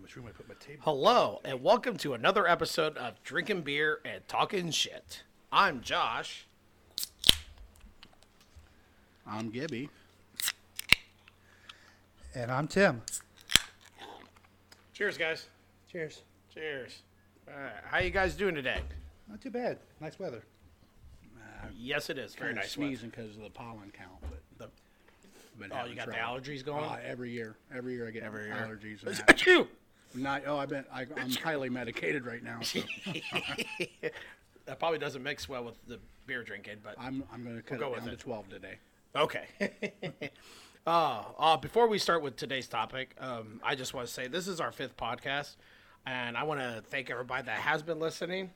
much room I put my table. Hello, and welcome to another episode of Drinking Beer and Talking Shit. I'm Josh. I'm Gibby. And I'm Tim. Cheers, guys. Cheers. Cheers. All right, how you guys doing today? Not too bad. Nice weather. Yes, it is. Very Kinda nice. Sneezing because of the pollen count, but weather. been Oh, you having got the trouble. allergies going? Uh, every year, every year I get Every year. allergies. and that. Achoo! Not, oh, I've been, I, I'm highly medicated right now. So that probably doesn't mix well with the beer drinking, but I'm, I'm going to cut go it with down to it. 12 today. Okay. uh, uh, before we start with today's topic, um, I just want to say this is our fifth podcast, and I want to thank everybody that has been listening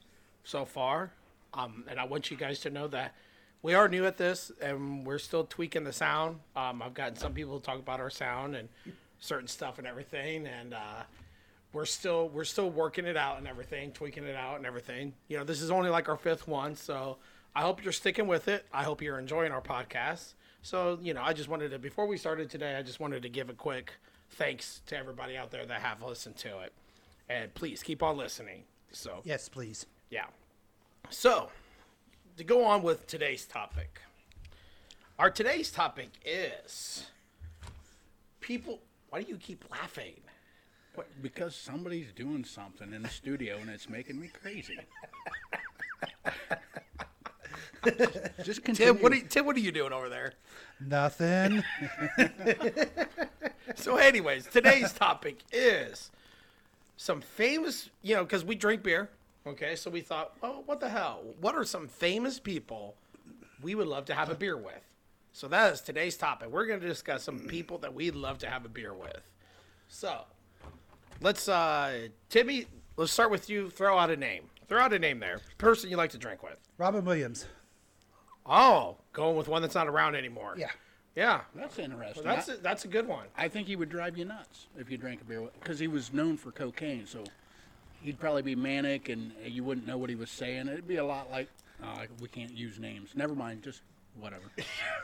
so far. Um, and I want you guys to know that we are new at this, and we're still tweaking the sound. Um, I've gotten some people to talk about our sound and certain stuff and everything, and uh, we're still we're still working it out and everything, tweaking it out and everything. You know, this is only like our fifth one, so I hope you're sticking with it. I hope you're enjoying our podcast. So, you know, I just wanted to before we started today, I just wanted to give a quick thanks to everybody out there that have listened to it. And please keep on listening. So, Yes, please. yeah. So, to go on with today's topic, our today's topic is people. Why do you keep laughing? Because somebody's doing something in the studio and it's making me crazy. Just continue. Tim, what are you, Tim, what are you doing over there? Nothing. So, anyways, today's topic is some famous, you know, because we drink beer. Okay, so we thought, oh, what the hell? What are some famous people we would love to have a beer with? So that is today's topic. We're going to discuss some people that we'd love to have a beer with. So let's, uh Timmy, let's start with you. Throw out a name. Throw out a name there. Person you like to drink with. Robin Williams. Oh, going with one that's not around anymore. Yeah. Yeah. That's interesting. That's I- a, that's a good one. I think he would drive you nuts if you drank a beer because he was known for cocaine. So he'd probably be manic, and uh, you wouldn't know what he was saying. It'd be a lot like uh, we can't use names. Never mind, just whatever.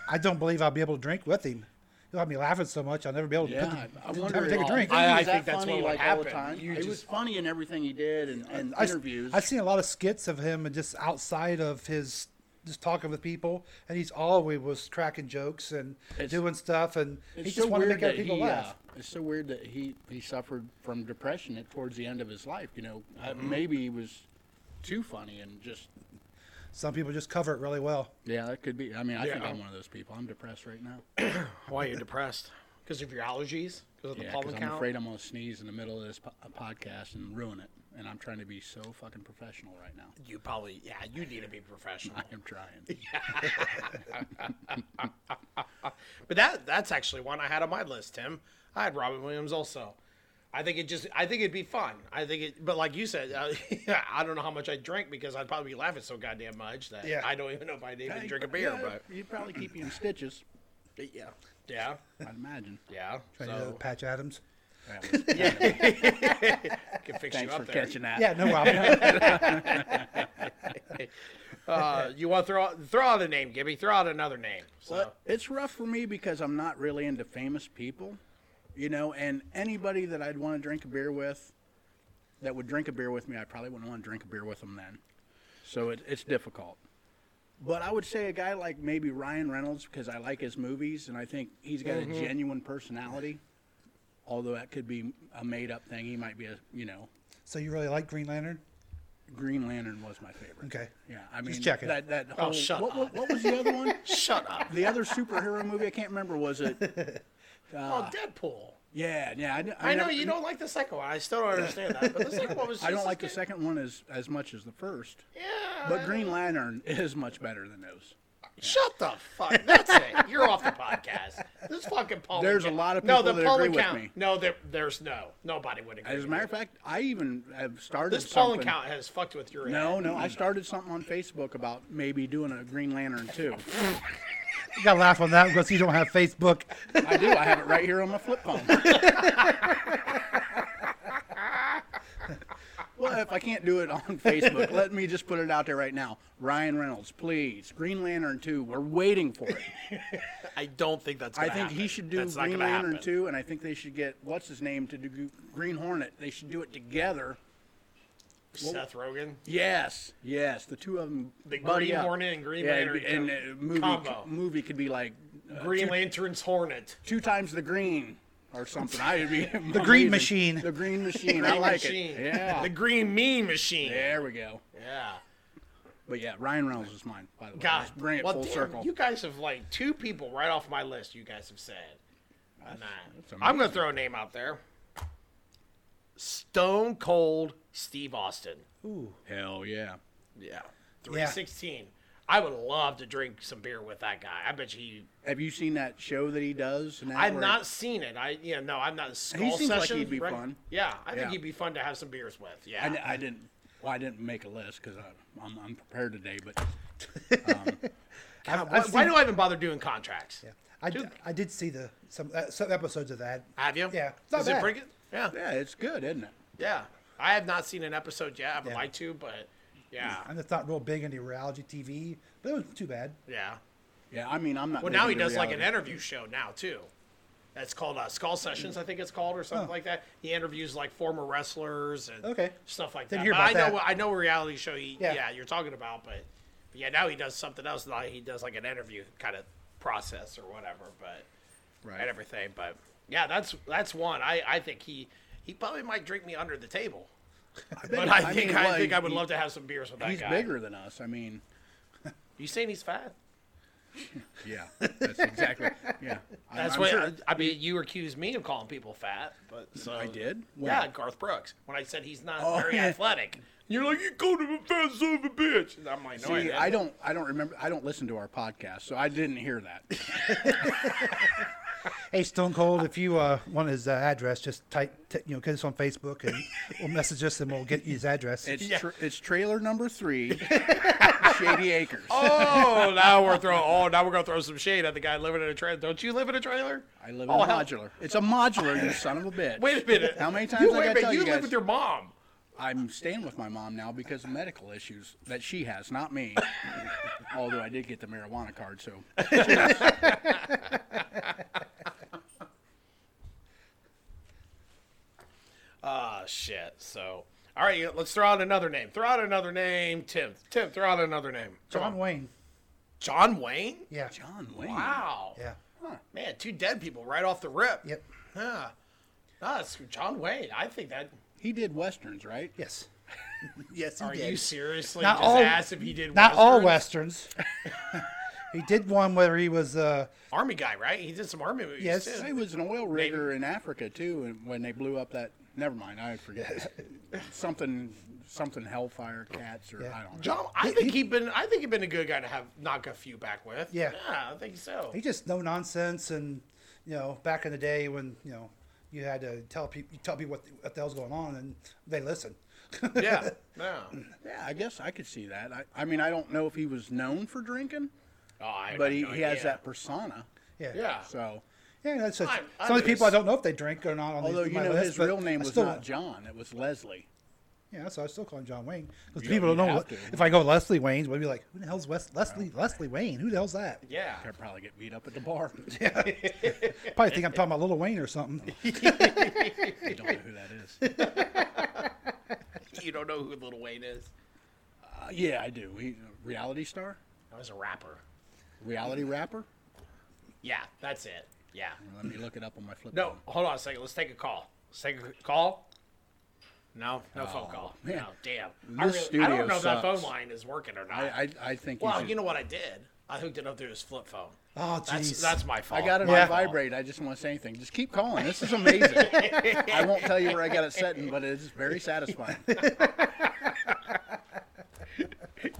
I don't believe I'll be able to drink with him. He'll have me laughing so much I'll never be able to put Yeah, the- I, I wonder. never take a if- drink. he I- I was that think that's funny, what would like, All the happen. time. You he was just- funny in everything he did and, and I, interviews. have seen a lot of skits of him and just outside of his just talking with people, and he's always was cracking jokes and It's- doing stuff, and he it's just so wanted weird to make other that people he, laugh. uh, it's so weird that he he suffered from depression at, towards the end of his life. You know, uh, Mm-hmm. maybe he was too funny and just. uh, Some people just cover it really well. Yeah, that could be. I mean, I think Yeah. I'm one of those people. I'm depressed right now. Why are you depressed? Because of your allergies? Because of the Yeah, 'cause pollen I'm count? afraid I'm gonna sneeze in the middle of this po- uh, podcast and ruin it. And I'm trying to be so fucking professional right now. You probably, yeah, you need to be professional. I am trying. But that that's actually one I had on my list, Tim. I had Robin Williams also. I think it just, I think it'd be fun. I think it, but like you said, uh, I don't know how much I drink because I'd probably be laughing so goddamn much that Yeah. I don't even know if I'd even drink a beer. Yeah, you'd probably keep you in stitches. But yeah, yeah, I'd imagine. yeah. Trying to do So the Patch Adams. That was- can fix Thanks you for up there. catching that. Yeah, no problem. Uh, you want to throw out, throw out a name, Gibby? Throw out another name. So Well, it's rough for me because I'm not really into famous people, you know. And anybody that I'd want to drink a beer with, that would drink a beer with me, I probably wouldn't want to drink a beer with them then. So it, it's difficult. But I would say a guy like maybe Ryan Reynolds because I like his movies and I think he's got a genuine personality. Although that could be a made-up thing, he might be a you know. so you really like Green Lantern? Green Lantern was my favorite. Okay. Yeah, I mean checking. that that whole. shut what, up. what, what was the other one? shut up. the other superhero movie I can't remember was it oh, Deadpool. Yeah, yeah. I, d- I know never- you don't like the second one. I still don't understand that. But the second one was. I don't just like the as second one as as much as the first. good. Yeah. But Green Lantern is much better than those. Shut the fuck. That's it. You're off the podcast. This fucking pollen. There's a count- lot of no. people The that agree pollen with count. me. No, there, there's no. Nobody would agree. As a with matter you. of fact, I even have started this pollen something. count has fucked with your. No, head. no, I started something on Facebook about maybe doing a Green Lantern too. You gotta laugh on that because you don't have Facebook. I do. I have it right here on my flip phone. well, if I can't do it on Facebook, let me just put it out there right now. Ryan Reynolds, please, Green Lantern 2. We're waiting for it. I don't think that's. I Gonna think he happen. should do That's not Green gonna Lantern happen. too, and I think they should get what's his name to do Green Hornet. They should do it together. Seth Rogen, Yes, yes. The two of them. The buddy Green up. Hornet and Green yeah, Lantern And, co- uh, movie, combo. movie could be like uh, Green two, Lantern's Hornet. two times the green or something. I would be the Green Machine. The Green Machine. I Green like machine. it. Yeah. The Green Me Machine. there we go. Yeah. But yeah, Ryan Reynolds is mine. By the way, God, Let's bring it well, full damn, circle. You guys have like two people right off my list. You guys have said. And I- that's I'm gonna throw a name out there. Stone Cold Steve Austin. Hell yeah. Yeah. Three sixteen. I would love to drink some beer with that guy. I bet you. he- Have you seen that show that he does? Now I've where- not seen it. I yeah no. I'm not. Skull seems like Sessions, he'd be right? fun. Yeah, I think Yeah. he'd be fun to have some beers with. Yeah. I, di- I didn't. Well, I didn't make a list because I'm I'm prepared today. But God, why, I've why seen- do I even bother doing contracts? Yeah, I, d- I did see the some uh, some episodes of that. Have you? Yeah, it's not Is it bad. pretty good? Yeah. yeah, it's good, isn't it? Yeah. I have not seen an episode yet. I would Yeah. like to, but yeah. I'm just not real big into reality TV, but it wasn't too bad. Yeah. Yeah, I mean, I'm not. Well, big now he into does like an reality. interview show now, too. That's called uh, Skull Sessions, I think it's called, or something like that. He interviews like former wrestlers and Okay. stuff like Didn't that. hear but about I know that. what- I know what reality show he yeah, Yeah. you're talking about, but, but yeah, now he does something else. Now he does like an interview kind of process or whatever, but and Right. everything. But yeah, that's that's one. I I think he he probably might drink me under the table. But I I think mean, I, well, think I would he- love to have some beers with that He's guy. bigger than us. I mean, You saying he's fat? yeah, that's exactly. Yeah, I'm- That's I'm what sure- I, I mean. You accused me of calling people fat, but so I did. Yeah, Garth Brooks. When I said he's not Oh, very yeah. athletic, you're like you called him a fat son of a bitch. And I'm like, no, I, See, didn't." I don't. I don't remember. I don't listen to our podcast, so I didn't hear that. Hey, Stone Cold, if you uh, want his uh, address, just type, t- you know, get us on Facebook and we'll message us and we'll get you his address. It's Yeah. tra- it's trailer number three, Shady Acres. Oh, now we're throwing. Oh, now we're gonna throw some shade at the guy living in a trailer. Don't you live in a trailer? I live in Oh, a hell- modular. It's a modular, you son of a bitch. Wait a minute. How many You- times I wait gotta a minute. tell you, you live guys? with your mom. I'm staying with my mom now because of medical issues that she has, not me. Although I did get the marijuana card, so Ah, shit. So, all right, you- let's throw out another name. Throw out another name, Tim. Tim, throw out another name. Come John on. Wayne. John Wayne. Yeah. John Wayne. Wow. Yeah. Man, two dead people right off the rip. Yep. Yeah. Ah, it's John Wayne. I think that. He did westerns, right? Yes. yes, he Are you seriously Not just all- asked if he did? Not all Westerns? westerns. he did one where he was. Uh, Army guy, right? He did some army movies Yes. too. He was an oil rigger in Africa too, and when they blew up that. Never mind, I forget. something, something Hellfire Cats or Yeah. I don't know. John, I think he'd been. I think he'd been a good guy to have knock a few back with. Yeah. Yeah, I think so. he just no nonsense and you know back in the day when you know you had to tell people you tell people what, what the hell's going on and they listen. Yeah. Yeah. Yeah, I guess I could see that. I, I mean, I don't know if he was known for drinking, Oh, I but have he, no he has idea. that persona. Yeah. Yeah. So, Yeah, that's just, I'm- I'm some of the people I just- don't know if they drink or not on although these, you my know list, his but real name I was still- not John, it was Leslie. Yeah, so I still call him John Wayne because Yeah, people don't you know. have what- to. If I go Leslie Wayne's, we'll be like, "Who the hell's Wes- Leslie Leslie Wayne? Who the hell's that?" Yeah. I'd probably get beat up at the bar. Probably think I'm talking about Little Wayne or something. I don't know who that is. You don't know who Little Wayne is. Uh, yeah, I do. He, reality star, I was a rapper. reality rapper. Yeah, that's it. Yeah. Let me look it up on my flip. No, phone. hold on a second. Let's take a call. Let's take a call. No, no phone call. Oh, man. No, damn. This I, really, I studio don't know if that phone sucks. line is working or not. I, I, I think. well, should- you know what I did? I hooked it up through his flip phone. Oh, That's jeez. that's my fault. I got it Yeah. on vibrate. I just don't want to say anything. Just keep calling. This is amazing. I won't tell you where I got it set in, but it's very satisfying.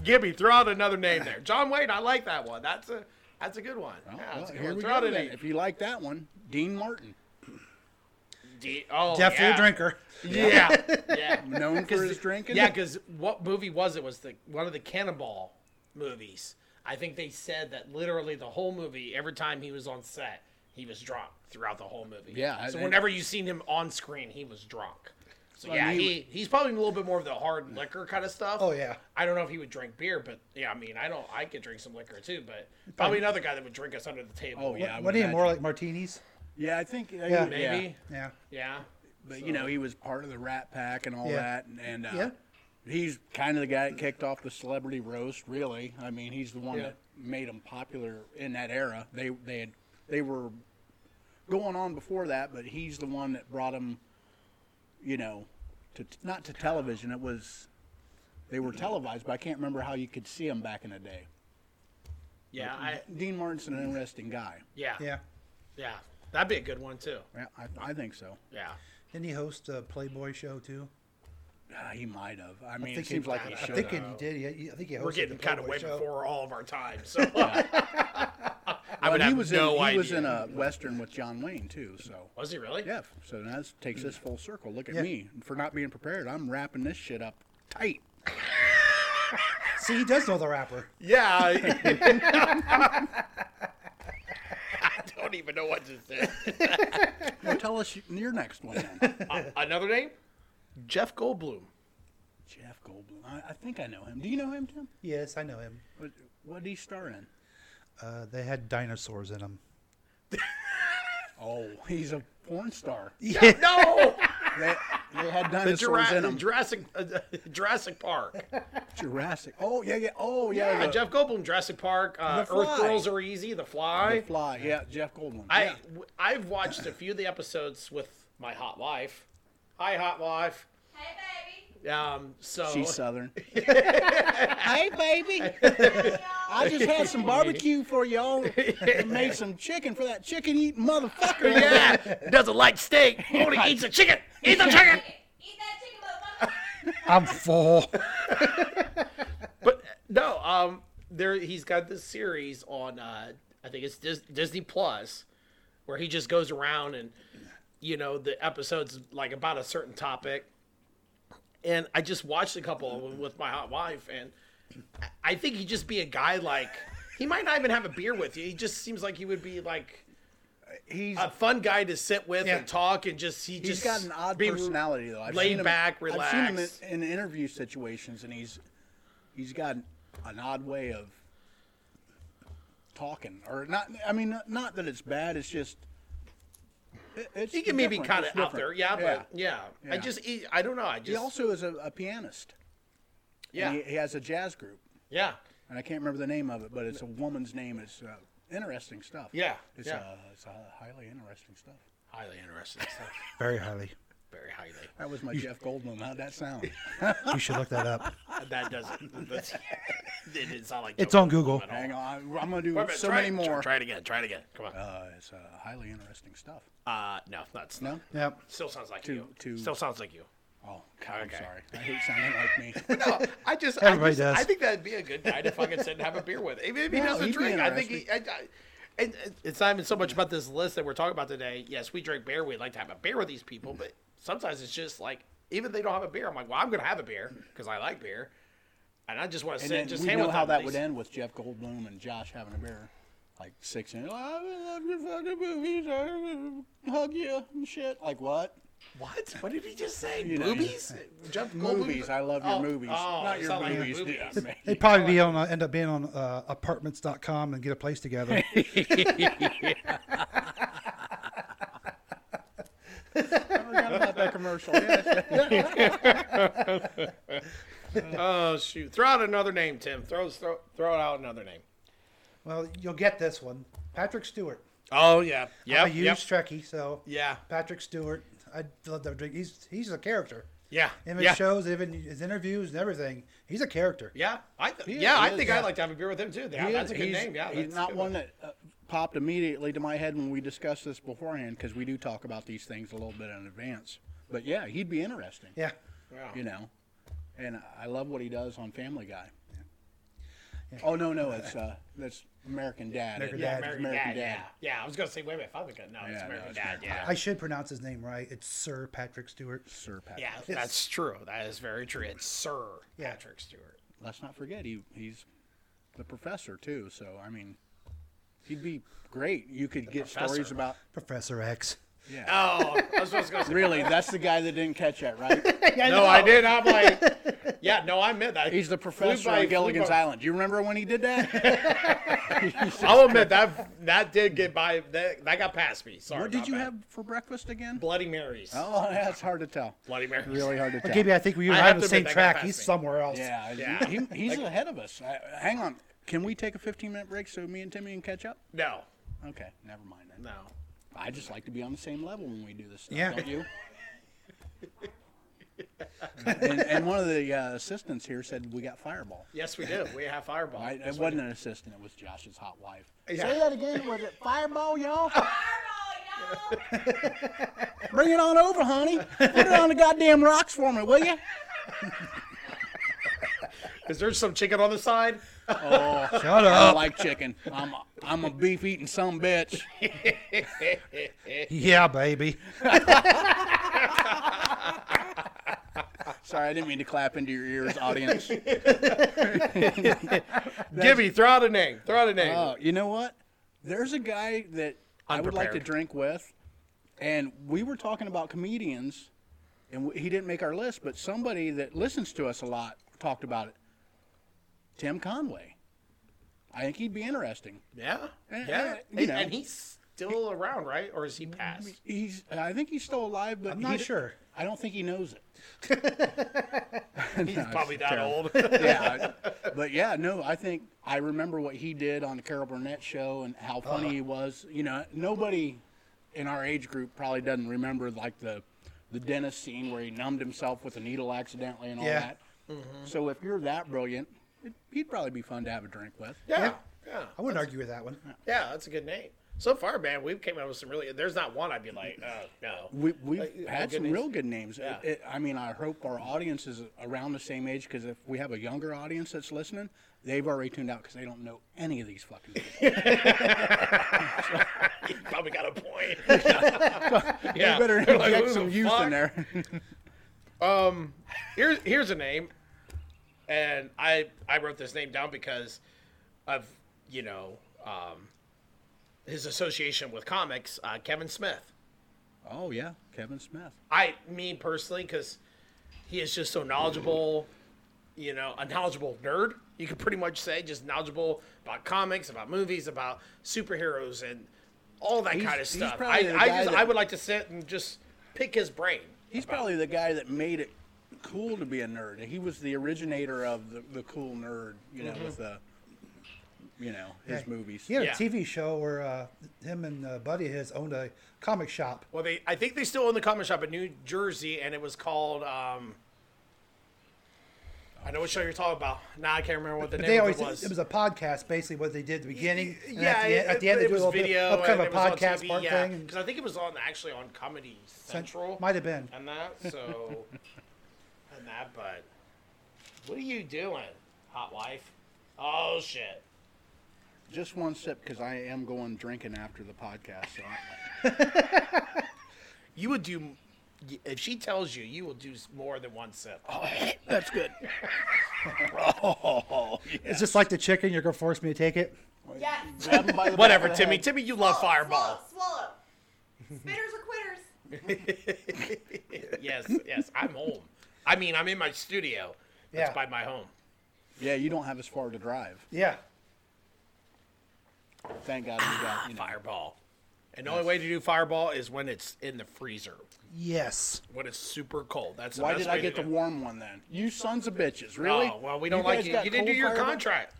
Gibby, throw out another name there. John Wayne, I like that one. That's a that's a good one. yeah, Oh, Well, that's a good here one. we Throw out go a then. name. If you like that one, Dean Martin, D- oh, Definitely yeah. a drinker. Yeah, yeah, known for his drinking. yeah. Because what movie was it? Was the one of the Cannonball movies? I think they said that literally the whole movie, every time he was on set, he was drunk throughout the whole movie. Yeah, So I- whenever you seen him on screen, he was drunk. So Well, I yeah, mean, he he, he's probably a little bit more of the hard liquor kind of stuff. Oh, yeah. I don't know if he would drink beer, but yeah, I mean, I don't. I could drink some liquor too, but probably another guy that would drink us under the table. Oh yeah. I would What are you more imagine. like martinis? uh, Yeah, I think. I- Yeah. maybe. Yeah. Yeah. but you know he was part of the Rat Pack and all Yeah. that, and, and uh, Yeah. he's kind of the guy that kicked off the celebrity roast. Really, I mean, he's the one Yeah. that made him popular in that era. They they had they were going on before that, but he's the one that brought him, you know, to not to television. It was they were televised, but I can't remember how you could see him back in the day. Yeah, I Dean Martin's an interesting guy. yeah Yeah. yeah that'd be a good one too. Yeah, I, I think so. Yeah, Didn't he host a Playboy show too? Uh, he might have. I mean, it think he- seems like he I should. I think have. he did. Yeah, he- I think he hosted we're getting the kind of Playboy way show. before all of our time. So I would But he have was no in, idea. He was in a western with John Wayne too. So Was he really? yeah, so now this takes this full circle. Look at Yeah. me for not being prepared. I'm wrapping this shit up tight. See, he does know the rapper. Yeah. I I don't even know what to say. Well, tell us your next one. Then. Uh, another name? Jeff Goldblum. Jeff Goldblum. I, I think I know him. Do you know him, Tim? Yes, I know him. What, what did he star in? Uh, they had dinosaurs in them. Oh, he's a porn star. Yeah. No! They, they had The dinosaurs Jura- in him. Jurassic, uh, Jurassic Park. Jurassic. Oh yeah, yeah. Oh yeah. Yeah, the, Jeff Goldblum, Jurassic Park, uh, The Earth Fly. Girls Are Easy, The Fly. the Fly. Yeah, Jeff Goldblum. I, yeah. w- I've watched a few of the episodes with my hot wife. Hi, hot wife. Hey, baby. Um, so She's Southern. hey, baby. I just had some barbecue for y'all and made some chicken for that chicken eating motherfucker. yeah, doesn't like steak. Only eats the chicken. Eat the chicken. Eat that chicken, motherfucker. I'm full. But uh, no, um, there he's got this series on uh, I think it's Dis- Disney Plus, where he just goes around and you know the episodes like about a certain topic. And I just watched a couple of them with my hot wife, and I- I think he'd just be a guy like he might not even have a beer with you. He just seems like he would be like He's a fun guy to sit with Yeah. and talk, and just he he's just got an odd be- personality though. I've laid seen him, back, I've relaxed. seen him in, in interview situations, and he's he's got an odd way of talking, or not. I mean, not that it's bad. It's just it, it's He can maybe different, kind it's of out different. there, yeah, but yeah. I Yeah. just he, I don't know. I just he also is a, a pianist. yeah and he, he has a jazz group. yeah. and I can't remember the name of it, but it's a woman's name. It's uh, interesting stuff. Yeah, it's, yeah. Uh, it's uh, highly interesting stuff. Highly interesting stuff. Very highly. Very highly. That was my Jeff Goldblum. How'd that sound? You should look that up. That doesn't. That's, it didn't sound like. It's Joe on Google. Rogan at all. Hang on, I- I'm gonna do Wait a minute, so try many it, try- more. Try it again. Try it again. Come on. Uh, it's uh, highly interesting stuff. Uh, no, that's No? Yep. Still sounds like you. to- Still sounds like you. Oh, God, Okay. I'm sorry. I hate sounding like me. No, I just. Everybody I just, does. I think that'd be a good guy to fucking sit and have a beer with. Even if he No, doesn't he'd be drink, I think he. I, I, and and it's not even so much about this list that we're talking about today. Yes, we drink beer. We'd like to have a beer with these people, but sometimes it's just like even if they don't have a beer, I'm like, well, I'm gonna have a beer because I like beer, and I just want to And sit then and just we hang know with how them at that would least. end with Jeff Goldblum and Josh having a beer, like six in. Oh, I love your fucking movies. I hug you and shit. Like what? What? What did he just say? You know, Boobies? Jeff Goldblum? Movies. I love your Oh, movies. oh, Not it your sounded like movies. movies. Yeah, man. They'd probably be on, uh, end up being on uh, apartments.com and get a place together. I forgot about that commercial. Yeah, Oh shoot! Throw out another name, Tim. Throw throw throw out another name. well, you'll get this one. Patrick Stewart. Oh yeah, yeah, I'm a huge yep. Trekkie, so yeah, Patrick Stewart. I love that drink. He's he's a character. yeah, In his yeah. shows, even his interviews and everything, he's a character. Yeah, I th- He yeah, is, I he think is, I'd yeah. like to have a beer with him too. Yeah, He is. that's a good He's- name. Yeah, he's that's a not good one that uh, popped immediately to my head when we discussed this beforehand because we do talk about these things a little bit in advance. But yeah, he'd be interesting. Yeah. Yeah. You know, and I love what he does on Family Guy. Oh no, no, it's uh, that's American Dad. American It's Yeah, Dad. American, American Dad. Dad. Yeah, yeah. I was gonna say, wait a minute, Father God. No, it's Yeah, no, American it's Dad. American yeah, I should pronounce his name right. It's Sir Patrick Stewart. Sir Patrick. yeah, that's true. That is very true. It's Sir Yeah. Patrick Stewart. Let's not forget he he's the professor too. So I mean, he'd be great. You could get professor. stories about Professor X. Yeah. Oh, I was supposed to go. say- Really, that's the guy that didn't catch that, right? Yeah, No, I did. I'm like, yeah, no, I meant that. He's the Flew professor by- on flew Gilligan's by- Island. Do you remember when he did that? I'll admit that that did get by. That, that got past me. Sorry. what did my you bad. have for breakfast again? Bloody Marys. Oh, that's hard to tell. Bloody Marys. Really hard to tell. But Gibby, I think we were I on have to the admit same that guy track. passed He's me. somewhere else. Yeah, Yeah. He, he's ahead of us. I, hang on. Can we take a 15 minute break so me and Timmy can catch up? No, Okay, never mind then. no. I just like to be on the same level when we do this stuff, Yeah. don't you? and, and one of the uh, assistants here said we got Fireball. Yes, we do. We have Fireball. I, it Yes, we wasn't do. an assistant, it was Josh's hot wife. Yeah. Say that again. Was it Fireball, y'all? Fireball, y'all. Bring it on over, honey. Put it on the goddamn rocks for me, will you? Is there some chicken on the side? Shut I Oh. up. Oh, like chicken. I'm a, I'm a beef eating some bitch. Yeah, baby. Sorry, I didn't mean to clap into your ears, audience. Gibby, throw out a name. Throw out a name. Oh, you know what? There's a guy that I would like to Unprepared. drink with, and we were talking about comedians, and we, he didn't make our list, but somebody that listens to us a lot talked about it. Tim Conway. I think he'd be interesting. yeah. Eh, Yeah. eh, you and, know. and he's still around, right? Or is he passed? He's. I think he's still alive, but I'm not he- sure. I don't think he knows it. He's probably that old. yeah, I- but yeah, no, I think I remember what he did on the Carol Burnett show and how funny he was. You know, nobody in our age group probably doesn't remember like the the dentist scene where he numbed himself with a needle accidentally and all Yeah. that. So if you're that brilliant, it, he'd probably be fun to have a drink with. yeah. Yeah. I wouldn't argue with that one. Yeah, that's a good name. So far, man, we came up with some really. There's not one I'd be like, oh no. We, we've Like, uh, had good some names. real good names. Yeah. It- it- I mean, I hope our audience is around the same age because if we have a younger audience that's listening, they've already tuned out because they don't know any of these fucking people. You probably got a point. yeah, You better They're like, inject who some the youth fuck? in there. Here's here's a name, and I I wrote this name down because of you know um, his association with comics. Uh, Kevin Smith. Oh yeah, Kevin Smith. I mean personally, because he is just so knowledgeable. You know, a knowledgeable nerd. You could pretty much say just knowledgeable about comics, about movies, about superheroes, and all that He's- kind of he's stuff. I, I probably the guy just I that- would like to sit and just pick his brain. He's about- probably the guy that made it cool to be a nerd. He was the originator of the, the cool nerd, you know, with the you know, his Hey, movies. He had Mm-hmm. Yeah. a TV show where uh, him and uh, buddy of his owned a comic shop. Well, they I think they still own the comic shop in New Jersey, and it was called. Um, I know what show you're talking about. Now I can't remember what the But name they of always it was. it was a podcast basically what they did at the beginning. and yeah, at the, it, end, at the end they it do a was little bit video. of and kind of a it was on podcast TV, part yeah, thing. and- Because I think it was on actually on Comedy Central. Might have been. and that. So and that, but what are you doing, hot wife? Oh shit! Just one sip because I am going drinking after the podcast. So I, You would do if she tells you, you will do s- more than one sip. Oh, that's good. It's just like the chicken. You're gonna force me to take it. Yes. Grab him by the Whatever, back of the Timmy. head. Timmy, you Oh, love Fireball. Swallow. swallow. Spitters or quitters. yes, yes. I'm home. I mean, I'm in my studio. That's Yeah. by my home. Yeah, you don't have as far to drive. Yeah. Thank God you Ah, got you know. Fireball. And the only way to do Fireball is when it's in the freezer, Yes. when it's super cold. That's the Why best did I way to get the do it. warm one then? You sons of bitches, really? Oh, well, we don't guys like you. got You didn't do cold your fireball? contract.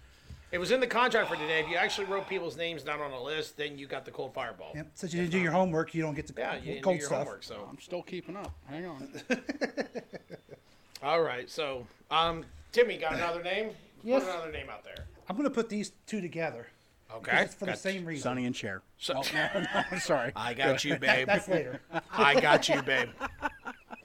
It was in the contract for today. If you actually wrote people's names down on a list, then you got the cold fireball. Yep. Since you didn't do your homework, you don't get the Yeah, you didn't cold do your stuff. homework. So, I'm still keeping up. Hang on. all right. So, um, Timmy got another name. Yes. Put another name out there. I'm gonna put these two together. Okay. It's for Got- the same reason. Sonny and Cher. So- oh, no, no, I'm sorry. I got you, babe. That's later. I got you, babe.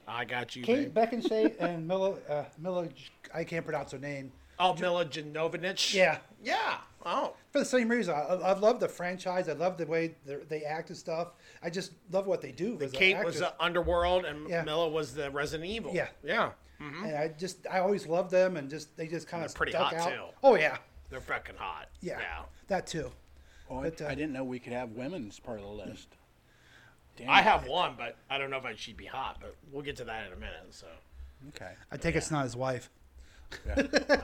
I got you, Kate babe. Beckinsale and Mila. Uh, Mila. I can't pronounce her name. Oh, Mila Jovovich. Yeah. Yeah. Oh. For the same reason, I, I love the franchise. I love the way they're- they act and stuff. I just love what they do. as an Kate was actress. the Underworld, and Yeah. Mila was the Resident Evil. Yeah. Yeah. and I just I always loved them, and just they just kind of they're pretty hot, stuck out. too. Oh yeah, They're fucking hot. yeah, Yeah. that too. Oh, I- But, uh, I didn't know we could have women's part of the list. Damn I it. have one, but I don't know if I she'd be hot. But we'll get to that in a minute. So Okay. I take it's not his wife.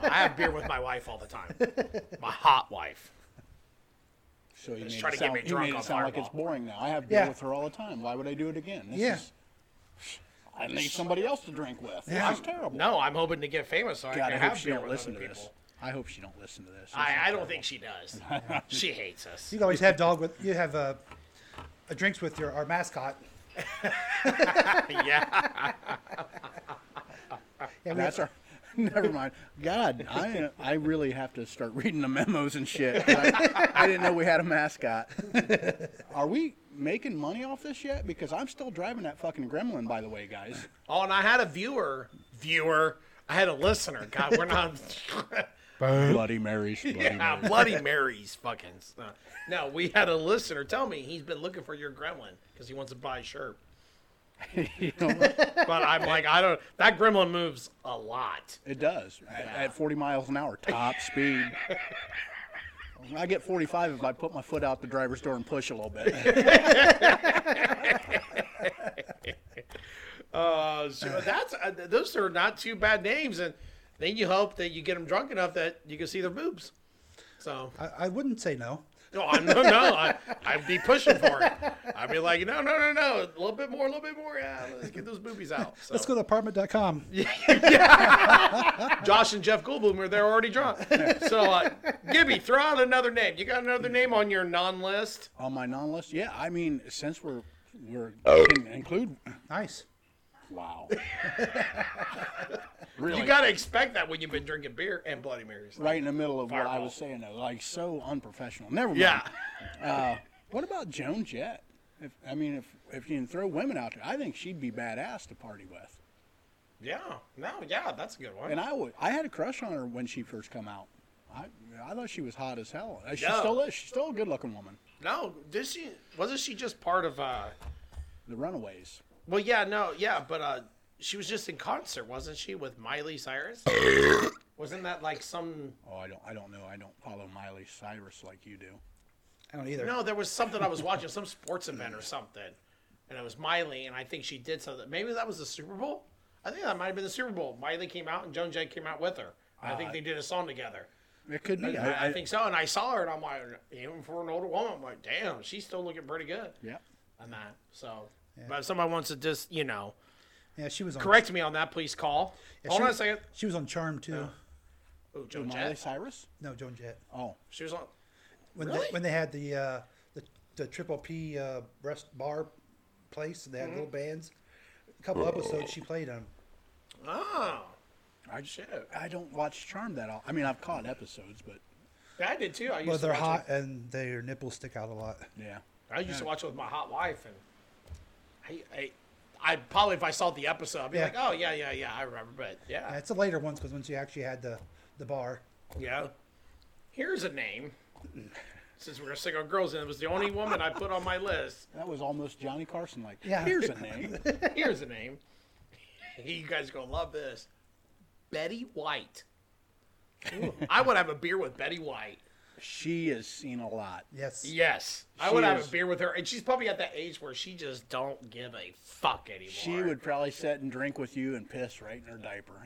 I have beer with my wife all the time. My hot wife. So you made, try it to get sound, me you drunk made on it sound like it's Fireball. boring now. I have beer Yeah. with her all the time. Why would I do it again? This Yeah. is, I need somebody else to drink with. Yeah. This is terrible. No, I'm hoping to get famous so I God, I can hope have she beer don't with other listen to people. this. I hope she don't listen to this. I, I don't think she does. she hates us. You can always have dog with you have uh, a drinks with your our mascot. yeah. Yeah, we That's our. Never mind. God, I I really have to start reading the memos and shit. I, I didn't know we had a mascot. Are we making money off this yet? Because I'm still driving that fucking gremlin, by the way, guys. Oh, and I had a viewer. Viewer. I had a listener. God, we're not. Bloody Mary's. Bloody yeah, Bloody Mary's fucking. uh, No, we had a listener tell me he's been looking for your gremlin because he wants to buy a shirt. You know what? But I'm like, I don't. That gremlin moves a lot. It does. At, at 40 miles an hour, top speed. I get 45 if I put my foot out the driver's door and push a little bit. Uh, so that's uh, those are not too bad names, and then you hope that you get them drunk enough that you can see their boobs. So I, I wouldn't say no. no, I'm, no, no, I, I'd be pushing for it. I'd be like, no, no, no, no, a little bit more, a little bit more. Yeah, let's get those boobies out. So, Let's go to apartment.com. Josh and Jeff Goldblum are they're already drunk. So uh, Gibby, throw out another name. You got another name on your non-list? On my non list, yeah, I mean, since we're, we're, can include, Nice. wow. really? You got to expect that when you've been drinking beer and Bloody Marys. right in the middle of what I Fireball. was saying, though. Like, so unprofessional. Never mind. Yeah. What about Joan Jett? If, I mean, if, if you can throw women out there, I think she'd be badass to party with. Yeah. No. Yeah. That's a good one. And I would, I had a crush on her when she first come out. I, I thought she was hot as hell. Uh, She No. still is. She's still a good looking woman. No, did she? Wasn't she just part of? uh The Runaways. Well, yeah, no, yeah, but uh she was just in concert, wasn't she, with Miley Cyrus? wasn't that like some? Oh, I don't, I don't know. I don't follow Miley Cyrus like you do. I don't either. No, there was something I was watching, some sports event or something, and it was Miley, and I think she did something. Maybe that was the Super Bowl. I think that might have been the Super Bowl. Miley came out, and Joan Jett came out with her. I think they did a song together. It could be. Uh, I, I think so, and I saw her, and I'm like, even for an older woman, I'm like, damn, she's still looking pretty good. Yeah. on that. So, but if somebody wants to just, you know, Yeah, she was on. correct me on that, please call. Hold she on a was- second. She was on Charm too. Oh, Joan Miley Jett. Cyrus. No, Joan Jett. Oh, She was on. When Really? they, when they had the uh, the, the triple P uh, breast bar place, and they Mm-hmm. had little bands. A couple episodes she played on. Oh, I shit. I don't watch Charm that all. I mean, I've caught episodes, but Yeah, I did too. I used Well, to they're watch hot It. and their nipples stick out a lot. yeah. I used to watch it with my hot wife, and I, I, I probably if I saw the episode, I'd be Yeah. like, oh yeah, yeah, yeah, I remember. But yeah, Yeah, Uh, it's the later ones because when she actually had the the bar. yeah. Here's a name. Since we're single girls, and it was the only woman I put on my list. That was almost Johnny Carson like. Yeah. Here's a name. Here's a name. You guys are gonna love this. Betty White. Ooh, I would have a beer with Betty White. she has seen a lot. Yes. Yes, I She would have is- a beer with her, and she's probably at that age where she just don't give a fuck anymore. She would probably sit and drink with you and piss right in her diaper.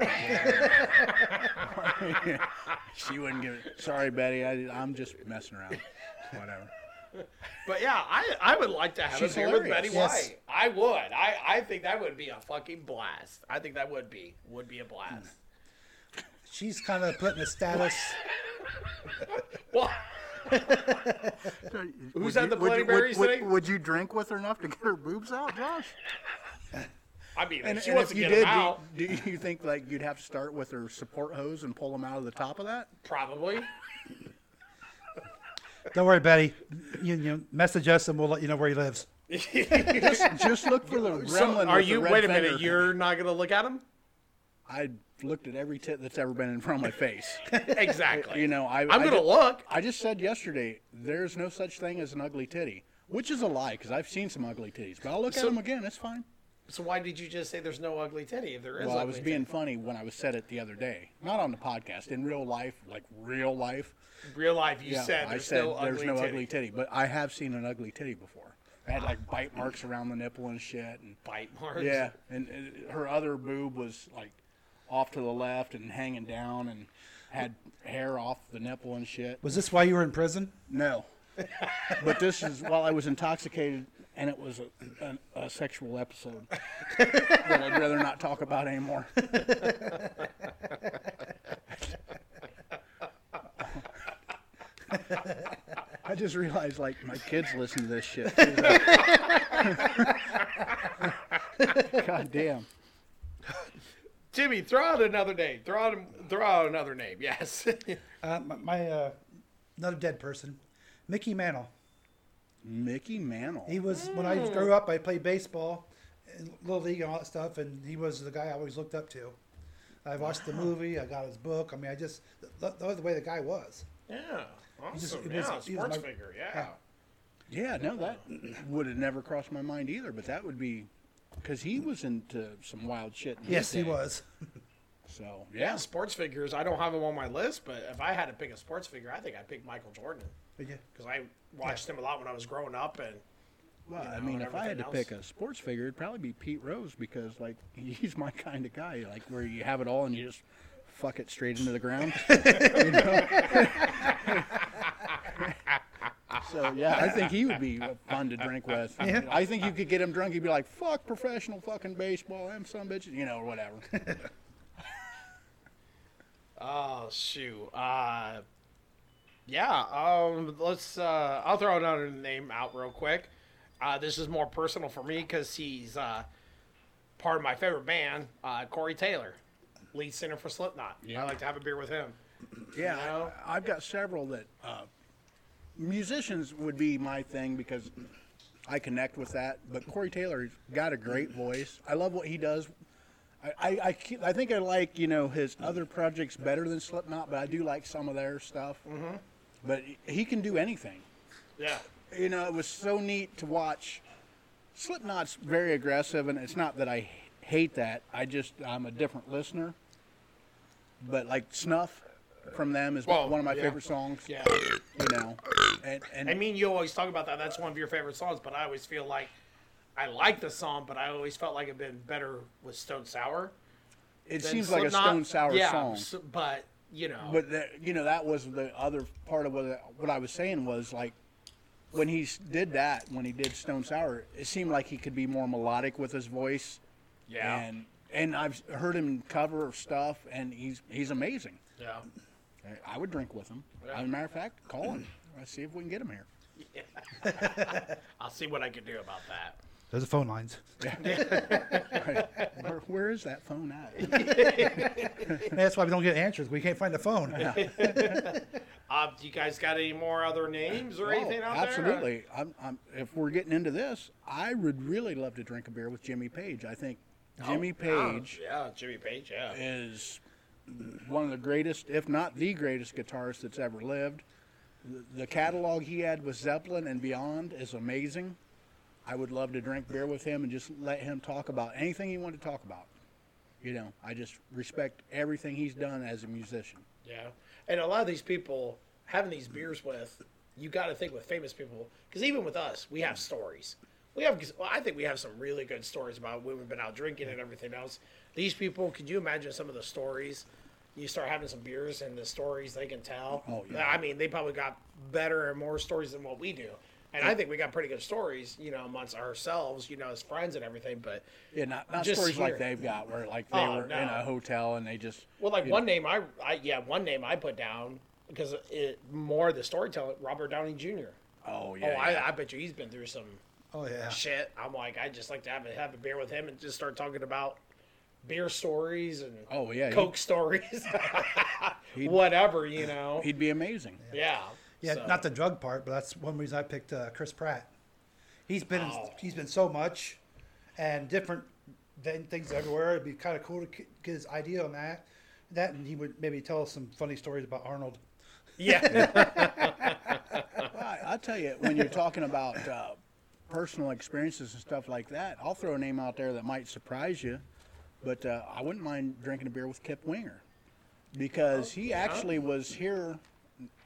she wouldn't give it. Sorry, Betty. I, I'm just messing around. Whatever. but yeah, I I would like to have She's a beer with Betty hilarious. Yes. White. I would. I I think that would be a fucking blast. I think that would be would be a blast. Mm. She's kind of putting a status. Well, Who's at the Bloody Marys would, today? would you drink with her enough to get her boobs out, Josh? I mean, if And, she and wants if to you get did, him out, do, do you think like you'd have to start with her support hose and pull them out of the top of that? probably. Don't worry, Betty. You, you message us and we'll let you know where he lives. Just, just look for the gremlin. So, are with the you? red Wait a minute. finger. You're not gonna look at him? I looked at every tit that's ever been in front of my face. Exactly. You know, I- I'm I gonna did- look. I just said yesterday there's no such thing as an ugly titty, which is a lie because I've seen some ugly titties, but I'll look at So- them again. It's fine. So why did you just say there's no ugly titty if there is? Well, I ugly was being funny when I was said it the other day, not on the podcast, in real life, like real life. titty? real life. You yeah, said I there's said no there's ugly no titty. ugly titty, but I have seen an ugly titty before. I had like bite marks around the nipple and shit. And Bite marks. yeah, and uh, her other boob was like off to the left and hanging down and had hair off the nipple and shit. Was this why you were in prison? No. but this is while I was intoxicated, and it was a, a, a sexual episode that I'd rather not talk about anymore. I just realized, like, my kids listen to this shit. too. God damn. Jimmy, throw out another name. Throw out, throw out another name. Yes. Uh, my my uh, another dead person, Mickey Mantle. Mickey Mantle. He was when I grew up. I played baseball, and little league, and all that stuff. And he was the guy I always looked up to. I watched the movie. I got his book. I mean, I just that that was the way the guy was. yeah. Awesome. just- it yeah. was- sports he was my- figure. Yeah. Yeah, no, that Uh, would have never crossed my mind either. But that would be because he was into some wild shit. in his Yes, he day. was. So Yeah. yeah, Sports figures. I don't have him on my list, but if I had to pick a sports figure, I think I'd pick Michael Jordan But yeah. because I watched him a lot when I was growing up, and well, I know, mean, and if I had to everything pick a sports figure, it'd probably be Pete Rose because like he's my kind of guy, like where you have it all and you just fuck it straight into the ground. you know? so yeah, I think he would be fun to drink with. Yeah. I think you could get him drunk. He'd be like, "Fuck professional fucking baseball, them some bitches," you know, or whatever. oh shoot, uh, yeah. Um, let's. Uh, I'll throw another name out real quick. Uh, this is more personal for me because he's uh, part of my favorite band, uh, Corey Taylor, lead singer for Slipknot. I like to have a beer with him. Yeah, You know? I, I've got several that uh, musicians would be my thing because I connect with that. But Corey Taylor's got a great voice. I love what he does. I, I, I, ke- I think I like you know his other projects better than Slipknot, but I do like some of their stuff. Mm-hmm. But he can do anything. Yeah. You know, it was so neat to watch. Slipknot's very aggressive, and it's not that I h- hate that. I just I'm a different listener. But like Snuff from them is Well, one of my yeah. favorite songs. Yeah. You know, and and I mean, you always talk about that. That's one of your favorite songs, but I always feel like I like the song, but I always felt like it'd been better with Stone Sour. it than seems like a Slipknot. stone sour yeah, song. s- But you know, But that, you know, that was the other part of what I- what I was saying was like when he s- did that, when he did Stone Sour, it seemed like he could be more melodic with his voice. yeah, And and I've heard him cover stuff, and he's he's amazing. yeah, I would drink with him. As a matter of fact, call him. Let's see if we can get him here. I'll see what I can do about that. Those are phone lines. Where, where is that phone at? And that's why we don't get answers. We can't find the phone. Uh, do you guys got any more other names or Oh, anything out there? absolutely. I'm, I'm, if we're getting into this, I would really love to drink a beer with Jimmy Page. I think Jimmy Oh, Page yeah, Jimmy Page. Yeah, is one of the greatest, if not the greatest, guitarist that's ever lived. The- The catalog he had with Zeppelin and beyond is amazing. I would love to drink beer with him and just let him talk about anything he wanted to talk about. You know, I just respect everything he's done as a musician. yeah. And a lot of these people having these beers with, you got to think with famous people because even with us, we have stories. We have, well, I think we have some really good stories about when we've been out drinking and everything else. These people, could you imagine some of the stories? You start having some beers and the stories they can tell. Oh, yeah. I mean, they probably got better and more stories than what we do. And I think we got pretty good stories, you know, amongst ourselves, you know, as friends and everything. But Yeah, not, not Just stories like hear it. they've got where like they Oh, were in no. a hotel and they just Well, like you one name I, I yeah, one name I put down because it more the storytelling. Robert Downey Jr. oh oh, yeah, yeah. I, I bet you he's been through some Oh yeah. shit. I'm like, I just like to have a, have a beer with him and just start talking about beer stories and oh yeah, he- coke stories, whatever you know. he'd be amazing. yeah, Yeah, so- not the drug part, but that's one reason I picked uh, Chris Pratt. He's been in- Oh. he's been so much, and different than things everywhere. It'd be kind of cool to k- get his idea on that. That and he would maybe tell us some funny stories about Arnold. yeah, I, I tell you, when you're talking about uh, personal experiences and stuff like that, I'll throw a name out there that might surprise you, but uh, I wouldn't mind drinking a beer with Kip Winger because he actually was here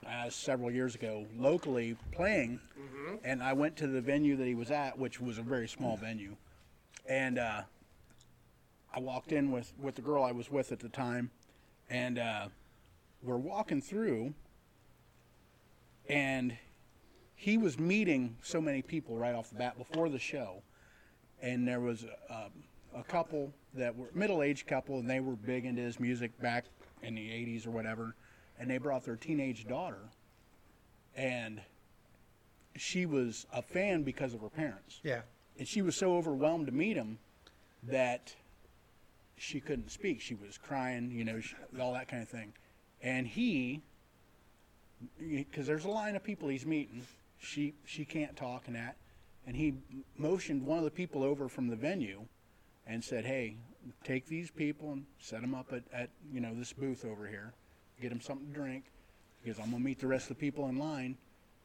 uh, several years ago locally playing, and I went to the venue that he was at, which was a very small venue, and uh, I walked in with with the girl I was with at the time, and uh, we're walking through, and he was meeting so many people right off the bat before the show, and there was a, a couple that were middle-aged couple, and they were big into his music back in the '80s or whatever, and they brought their teenage daughter, and she was a fan because of her parents, Yeah. and she was so overwhelmed to meet him that she couldn't speak. She was crying, you know, she, all that kind of thing, and he because there's a line of people he's meeting. She she can't talk and that, and he motioned one of the people over from the venue, and said, "Hey, take these people and set them up at, at you know this booth over here, get them something to drink, because I'm gonna meet the rest of the people in line."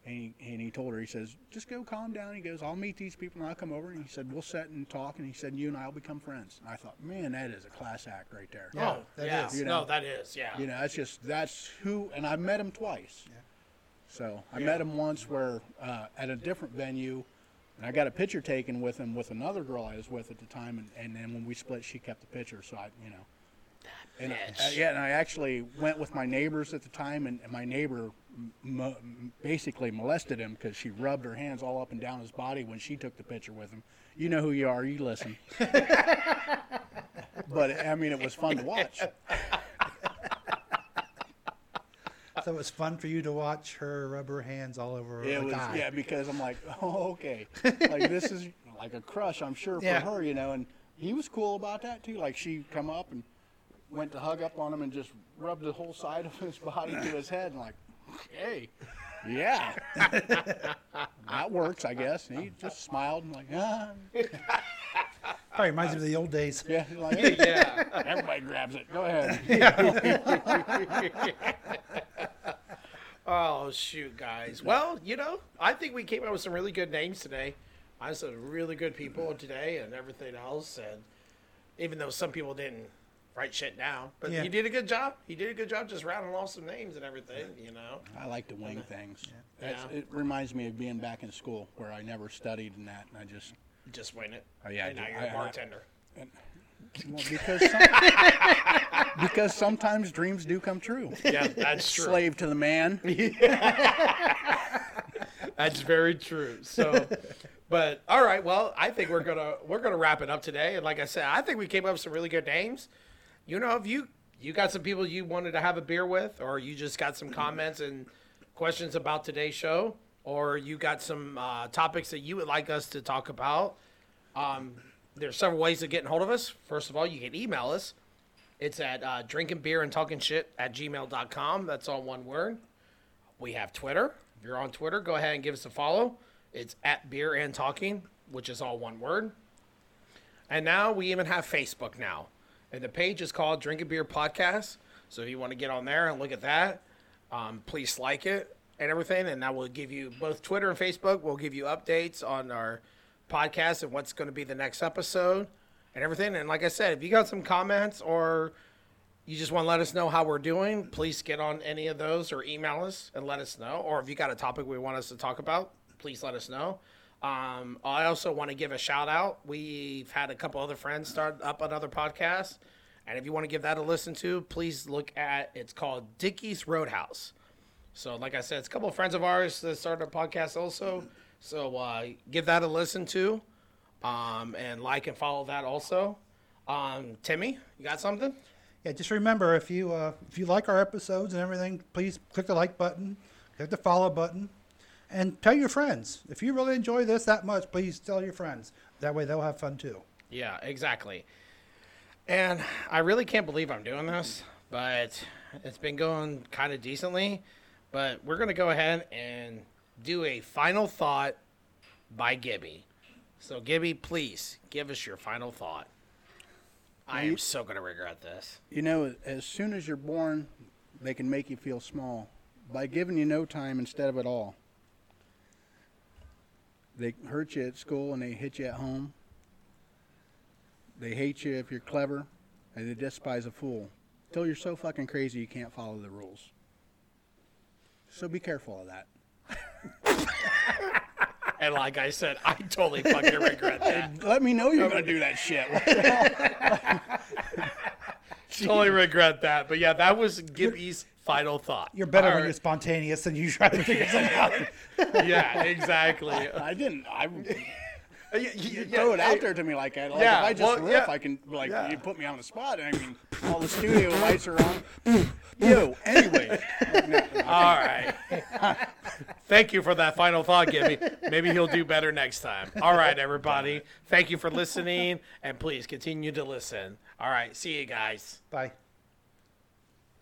And he, and he told her, he says, just go calm down. He goes, I'll meet these people and I'll come over. And he said, we'll sit and talk. And he said, you and I will become friends. And I thought, man, that is a class act right there. Yeah, oh, that yeah. is. You no, know. that is. Yeah. You know, that's just that's who. And I met him twice. Yeah. So I met him once where uh, at a different venue, and I got a picture taken with him with another girl I was with at the time. And, and then when we split, she kept the picture. So I, you know. And I- bitch. yeah, and I actually went with my neighbors at the time, and, and my neighbor m- mo- m- basically molested him because she rubbed her hands all up and down his body when she took the picture with him. You know who you are. You listen. but I mean, it was fun to watch. So it was fun for you to watch her rub her hands all over Uh, It a was guy. yeah because I'm like oh okay like this is like a crush I'm sure for Yeah. her you know and he was cool about that too like she come up and went to hug up on him and just rubbed the whole side of his body to his head and like hey yeah that works I guess and he just smiled and like ah. Probably reminds me of the old days. yeah like, hey, yeah. everybody grabs it go ahead Oh shoot, guys. Well, you know, I think we came up with some really good names today. I had some really good people today, and everything else. And even though some people didn't write shit down, but Yeah. you did a good job. You did a good job just rounding off some names and everything. You know. I like to wing things That's, Yeah. it reminds me of being back in school where I never studied and that and I just Just win it. Oh, yeah, And now I- you're a I- bartender. Well, because some, because sometimes dreams do come true. yeah, that's true. Slave to the man. That's very true. So, but all right. Well, I think we're gonna we're gonna wrap it up today. And like I said, I think we came up with some really good names. You know, if you you got some people you wanted to have a beer with, or you just got some comments and questions about today's show, or you got some uh, topics that you would like us to talk about. Um, there's several ways of getting hold of us. First of all, you can email us. It's at uh, drinking beer and talking shit at gmail.com. That's all one word. We have Twitter. If you're on Twitter, go ahead and give us a follow. It's at Beer and Talking, which is all one word. And now we even have Facebook now. And the page is called Drink a Beer Podcast. So if you want to get on there and look at that, um, please like it and everything. And that will give you both Twitter and Facebook will give you updates on our podcast and what's going to be the next episode and everything. And like I said, if you got some comments or you just want to let us know how we're doing, please get on any of those or email us and let us know. Or if you got a topic we want us to talk about, please let us know. Um, I also want to give a shout out. We've had a couple other friends start up another podcast. And if you want to give that a listen to, please look at it's called Dickie's Roadhouse. So, like I said, it's a couple of friends of ours that started a podcast also. So, uh, give that a listen to um, and like and follow that also. Um, Timmy, you got something? Yeah, just remember if you uh, if you like our episodes and everything, please click the like button, click the follow button, and tell your friends. If you really enjoy this that much, please tell your friends. That way they'll have fun too. Yeah, exactly. And I really can't believe I'm doing this, but it's been going kind of decently. But we're going to go ahead and do a final thought by Gibby. So, Gibby, please give us your final thought. I am so going to regret this. You know, as soon as you're born, they can make you feel small by giving you no time instead of it all. They hurt you at school and they hit you at home. They hate you if you're clever, and they despise a fool. Till you're so fucking crazy you can't follow the rules. So be careful of that. And like I said, I totally fucking regret that. Let me know you're gonna do that shit. totally regret that. But yeah, that was Gibby's final thought. You're better Or- when you're spontaneous and you try to figure something out. Yeah, exactly. I didn't. I You- you- throw it yeah, out there to me like that. Like Yeah, if I just well, riff, yeah. I can like Yeah. you put me on the spot. I mean, all the studio lights are on. Yo, anyway, All right. Thank you for that final thought, Gibby. Maybe he'll do better next time. All right, everybody. Thank you for listening, and please continue to listen. All right. See you guys. Bye.